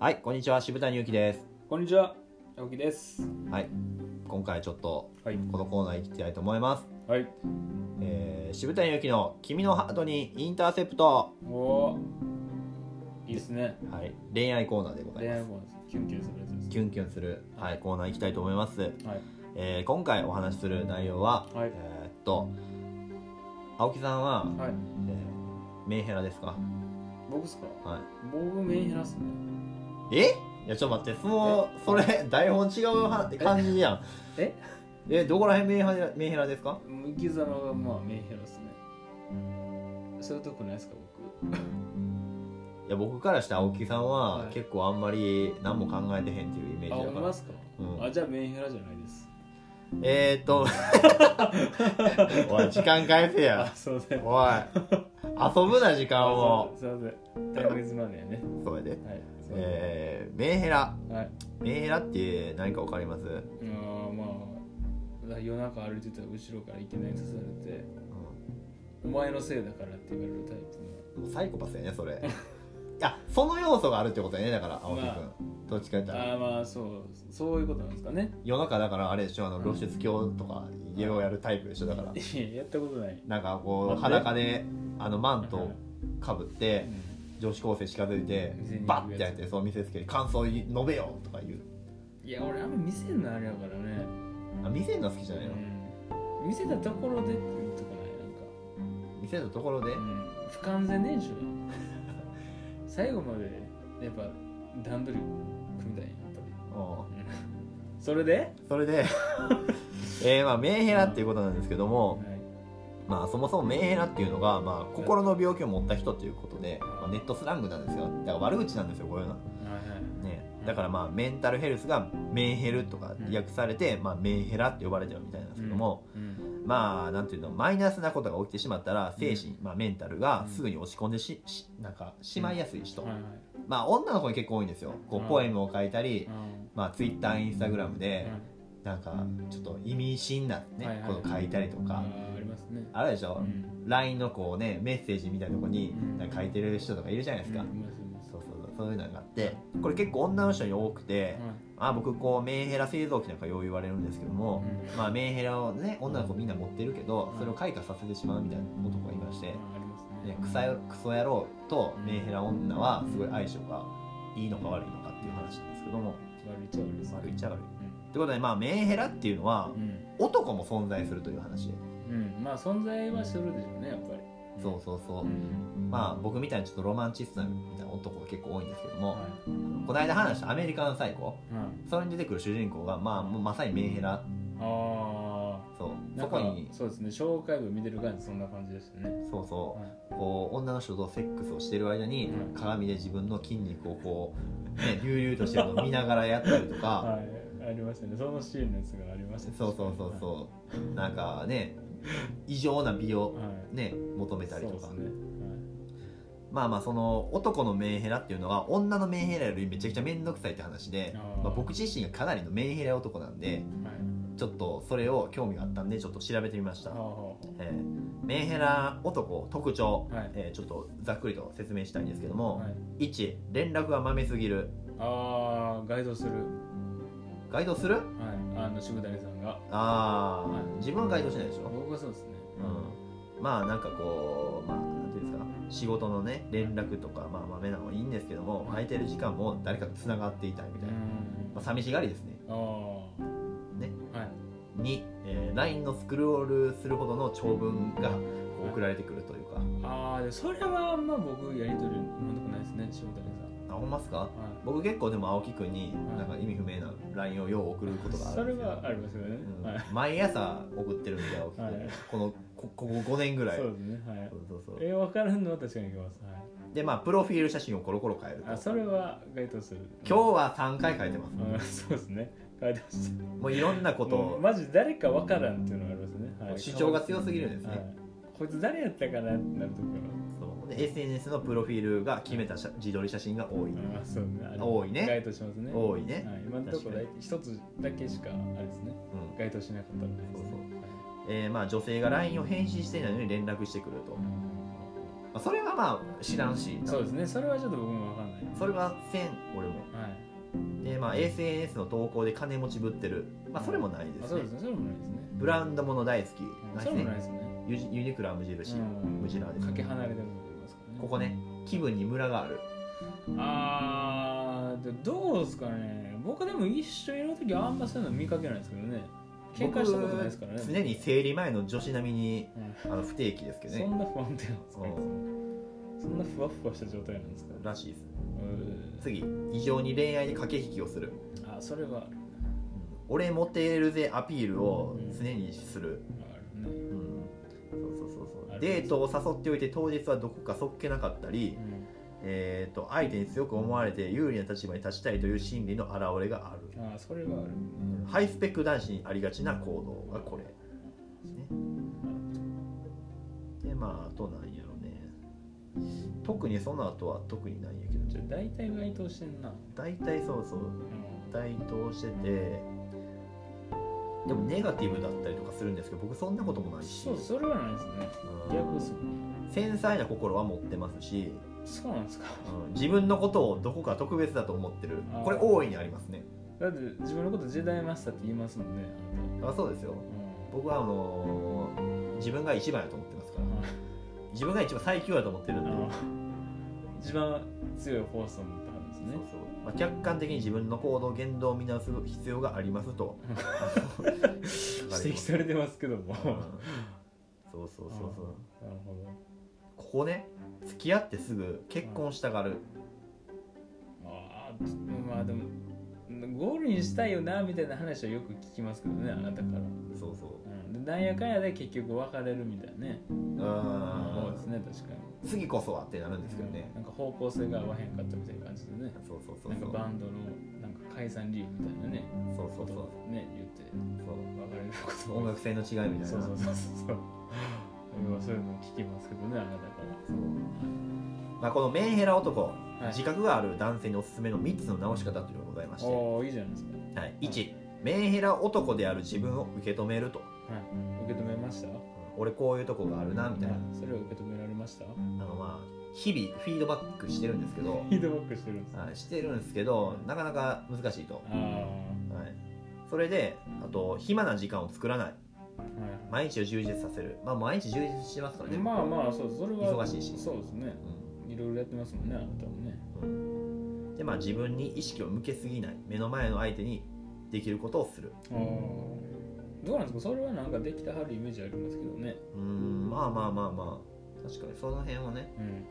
はい、こんにちは、渋谷祐樹です。こんにちは、青木です。はい、今回ちょっとはい。このコーナー行きたいと思います。はい。えー、渋谷祐樹の君のハートにインターセプト。おお。いいですね。はい、恋愛コーナーでござい恋ま愛す。もキュンキュンするやつです。キュンキュンする、はい、コーナー行きたいと思います。はい。えー、今回お話しする内容は、はいえーっと、青木さんは、はい。えー、メンヘラですか僕っすか。は僕メンヘラっすね。い。えいや、ちょっと待って、その、それ、台本違うは感じやん。え？え、どこら辺メンヘラメンヘラですか生き様がまあメンヘラっすね。そういうとこないっすか僕。いや僕からしたら青木さんははい結構あんまり何も考えてへんっていうイメーあ、ジだか思いら、ますか。うんあ、じゃあメンヘラじゃないです。えー、っとおい時間返せあや、すいません。おい遊ぶな時間をすいません。すいませんタイムイズマネーね。それではい。すいませんえー、メンヘラはい。メンヘラって何か分かります、あーまあ夜中歩いてたら後ろからいきなり刺されて。うお前のせいだからって言われるタイプのん、もうサイコパスやねそれいやその要素があるってことやねだから青木君、まどっちか言ったらああまあそうそういうことなんですかね夜中だからあれでしょあのうん露出鏡とか家をやるタイプでしょだからいややったことない、なんかこう待って裸であのマントをかぶって、女子高生近づいて店に行くやバつッてやってそう見せつけて感想述べよとか言ういや俺あんま見せんのあれやからね、あ見せるの好きじゃないの、うん、見せたところでっていうとこない見せたところで、なんか、うん、不完全燃焼や最後までやっぱ段取り組みたいんやっぱうりうんそれで、んそれで えーまあメンヘラっていうことなんですけども、い、まあ、そもそもメンヘラっていうのが、まあ、心の病気を持った人ということで、まあ、ネットスラングなんですよだから悪口なんですよこういうのは、はいはいね、だからまあメンタルヘルスがメンヘルとか略されて、まあ、メンヘラって呼ばれてるみたいなんですけども、うんまあなんていうのマイナスなことが起きてしまったら精神、まあ、メンタルがすぐに落ち込んでししなんかしまいやすい人、はいはいまあ女の子に結構多いんですよこううんポエムを書いたり、うんまあ、ツイッターインスタグラムでうんなんかちょっと意味深な、ねはいはいこと書いたりとか、あーありますねあるでしょ、ん LINE のこうねメッセージみたいなとこにうんなんか書いてる人とかいるじゃないですか、うんいますいますそうそうそうそういうのがあってこれ結構女の人に多くて、まあ、僕こうメンヘラ製造機なんかよう言われるんですけども、うんまあ、メンヘラをね女の子みんな持ってるけどそれを開花させてしまうみたいな男がいまして、ありますねね、クサよクソ野郎とメンヘラ女はすごい相性がいいのか悪いのかっていう話なんですけども悪いっちゃ悪いです悪いっちゃ悪い。ってことで、まあ、メンヘラっていうのはうん、男も存在するという話でうん、まあ存在はするでしょうねやっぱりそうそうそうう、んまあ僕みたいにちょっとロマンチストなみたいな男が結構多いんですけども、はこの間話したアメリカンサイコい、はい、それに出てくる主人公が、まあ、もうまさにメンヘラあそうあそこにそうですね紹介文見てる感じそんな感じでしたねそうそうはこう女の人とセックスをしてる間にうん鏡で自分の筋肉をこう、ね、隆々としてるのを見ながらやったりとい、か はい、ありましたねそのシーンのやつがありましたそうそうそうそうなんかね異常な美をはい、はい、ね求めたりとか、そうですね、まあまあその男のメンヘラっていうのは女のメンヘラよりめちゃくちゃ面倒くさいって話であーまあ、僕自身がかなりのメンヘラ男なんではい、はいちょっとそれを興味があったんでちょっと調べてみましたは、あはえーメンヘラ男特徴、はいえーちょっとざっくりと説明したいんですけどあも、はい1連絡がまめすぎるああガイドするガイドするはいあの渋谷さんがああ、はい自分はガイドしないでしょ、僕はそうですねうん、まあなんかこうまあなんていうんですか仕事のね連絡とかまあまめなのはいいんですけども空いてる時間も誰かとつながっていたいみたいな、まあ、寂しがりですねああねはい2、えー LINE のスクロールするほどの長文がこう送られてくるというかああでもそれはあんま僕やりとり今のとこないですね塩谷あほんまっすかさんはい僕結構でも青木くんになんか意味不明な LINE をよう送ることがあるそんれですよはありますよね、うんはい毎朝送ってるんで青木くん、はいこのこここ5年ぐらいそうですねはいそうそうそうえ分からんのは確かにいけます、はい、でまあプロフィール写真をコロコロ変えるとあそれは該当する今日は3回書いてます、うん そうですね書いてましたもういろんなことも うをマジ誰か分からんっていうのがありますね、はい、主張が強すぎるんですね、はい、こいつ誰やったかなってなるとこそうで SNS のプロフィールが決めた写自撮り写真が多い、ろあそうねあれ多いね該当しますね多いね、はい、今のとこ確かろ一つだけしかあれですねうん該当しなかったみたいですねそうえーまあ、女性が LINE を返信していないのに連絡してくるとはいまあ、それはまあ知らんし、そうですねそれはちょっと僕も分かんないそれはせん俺もはいでまあ SNS の投稿で金持ちぶってるまあそれもないであすそうねですねそれもないですねブランドもの大好き、うんそれもないですねユジユニクロは無印、うん無地なんですかけ離れてると思いますからねここね気分にムラがあるあーでどうですかね僕でも一緒にいる時はあんまそういうの見かけないですけどね喧嘩したことないですからね僕常に生理前の女子並みにうんあの不定期ですけどそねんな不安定なんですかねうんそんなふわふわした状態なんですからしいですう次異常に恋愛に駆け引きをする、ーあそれはある俺モテるぜアピールを常にする、あるねうんそうそうそうあそうれデートを誘っておいて当日はどこかそっけなかったりう、んえー、と相手に強く思われて有利な立場に立ちたいという心理の表れがあるあーそれはあるハイスペック男子にありがちな行動がこれですねでまああとなんやろね特にその後は特にないんやけどちょ大体該当してんな大体そうそううん大当しててでもネガティブだったりとかするんですけど僕そんなこともないし、そうそれはないですねうん逆ですもん繊細な心は持ってますし、そうなんですかうん自分のことをどこか特別だと思ってるあーこれ大いにありますねだって自分のことジェダイマスターって言いますもんねあそうですよあな僕はあのー自分が一番やと思ってますかたらうん自分が一番最強やと思ってるんであの一番強いフォースを持ってはるんですねそうそうまあ、客観的に自分の行動言動を見直す必要がありますとあの指摘されてますけども うんそうそうそうそうなるほどここね付き合ってすぐ結婚したがる、ああまあでもゴールにしたいよなみたいな話はよく聞きますけどねあなたから、そうそううん、でなんやかんやで結局別れるみたいなねそうあですね確か次こそはってなるんですけどに、ね、なんか方向性が合わへんかったみたいな感じでねそうそうそうなんそかうバンドのなんか解散理由みたいなねそうそこうとそうをね言ってそ別れることうも音楽性の違いみたいなそうそうそうそう うんそういうの聞きますけどねあなたからそうまあ、このメンヘラ男、はい自覚がある男性におすすめの3つの直し方というのがございまして、おおいいじゃないですか、はい、1メンヘラ男である自分を受け止めるとはい、受け止めました俺こういうとこがあるなみたいな、はいそれを受け止められましたあのまあ日々フィードバックしてるんですけどフィードバックしてるんですはいしてるんですけどなかなか難しいと、はああい、それであと暇な時間を作らないは毎日を充実させるまあ毎日充実してますからい、ね、まあまあそうそれは忙しいしそうですねいろいろやってますもんねあなたもねうんうんでまあ自分に意識を向けすぎない目の前の相手にできることをするああどうなんですかそれはなんかできてはるイメージありますけどねうーんまあまあまあまあ確かにその辺はねうん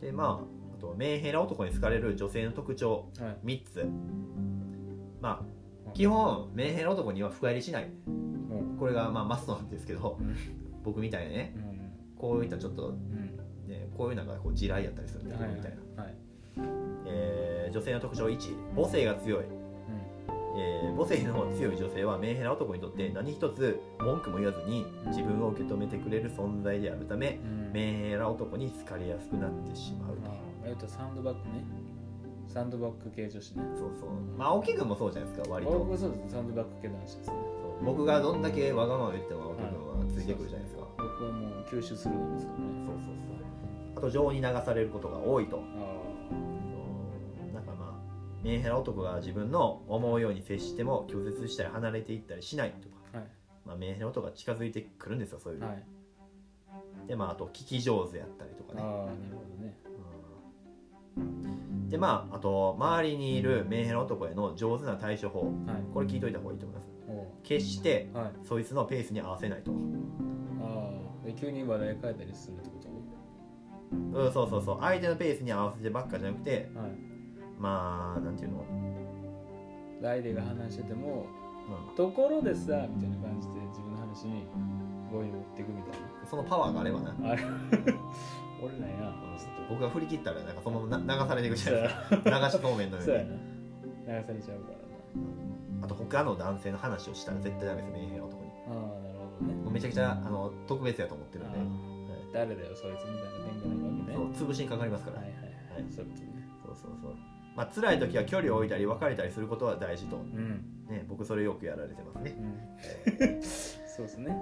でまああとメンヘラ男に好かれる女性の特徴はい3つまうあん基本メンヘラ男には深入りしないうんこれがまあマストなんですけどうん僕みたいにねうんこういったちょっと、うんね、こういうのがこう地雷やったりするんだよみたいな、はい、はいえー女性の特徴1母性が強い、えー母性の強い女性はメンヘラ男にとって何一つ文句も言わずに自分を受け止めてくれる存在であるためうん、メンヘラ男に好かれやすくなってしまうとああ言うとサンドバッグねサンドバッグ系女子ねそうそうまあ青木君もそうじゃないですか割僕とはそうですねサンドバッグ系男子ですねそう僕がどんだけわがまま言っても青木君はついてくるじゃないですか僕はもう吸収するんですからねそうそうそうあと情に流されることが多いとあそうなんかまあメンヘラ男が自分の思うように接しても拒絶したり離れていったりしないとか、あはまあ、メンヘラ男が近づいてくるんですよそうい、いうはいでまああと聞き上手やったりとかああなねるほどねうんでまああと周りにいるメンヘラ男への上手な対処法はいこれ聞いといた方がいいと思いますお決してうはいそいつのペースに合わせないと、うん、ああで急に話題変えたりするってこそうそうそう相手のペースに合わせてばっかじゃなくてとはいまあなんていうの、相手が話しててもうところでさみたいな感じで自分の話に語彙を持っていくみたいん、そのパワーがあればなな あれ俺なんやちょっ僕が振り切ったらなんかそのままな流されていくとじそゃうないですかや流しそうめんのよそううやにな流されちゃうからあと他の男性の話をしたら絶対ダメですメンヘラ男になああなるほどねもうめちゃくちゃあの特別やと思ってるんで、ああ誰だよそいつみたいな展開なわけねはいそう潰しにかかりますから、はいはいはい、はいそういうことねそうそうそうまあ辛い時は距離を置いたり別れたりすることは大事とうん、ね僕それよくやられてますねうん、そうですねはい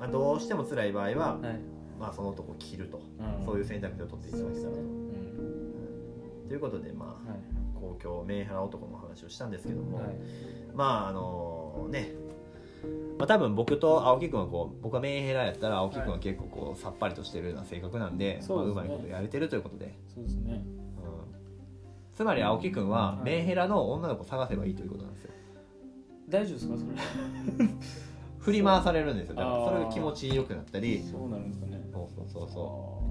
まあ、どうしても辛い場合ははいはいまあ、その男を切ると、うんそういう選択肢を取っていただけたらと。うんということで、まあ、は公共メンヘラ男の話をしたんですけども、いはいまああのねまあ多分僕と青木君はこう僕はメンヘラやったら青木君は結構こうさっぱりとしてるような性格なんで、まそうあでうすねまいことやれてるということで、そうですねうん、つまり青木君ははいメンヘラの女の子を探せばいいということなんですよ大丈夫ですかそれ振り回されるんですよだからあーそれが気持ちよくなったりそうなるんですかねそうそうそうそ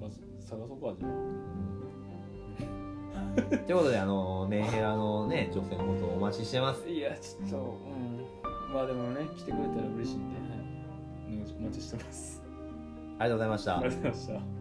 あー探す探そうかじゃう、うん、ということであのメンヘラのね女性のことをお待ちしてますあいやちょっとうんまあでもね来てくれたら嬉しいんではいお待ちしてますありがとうございましたありがとうございました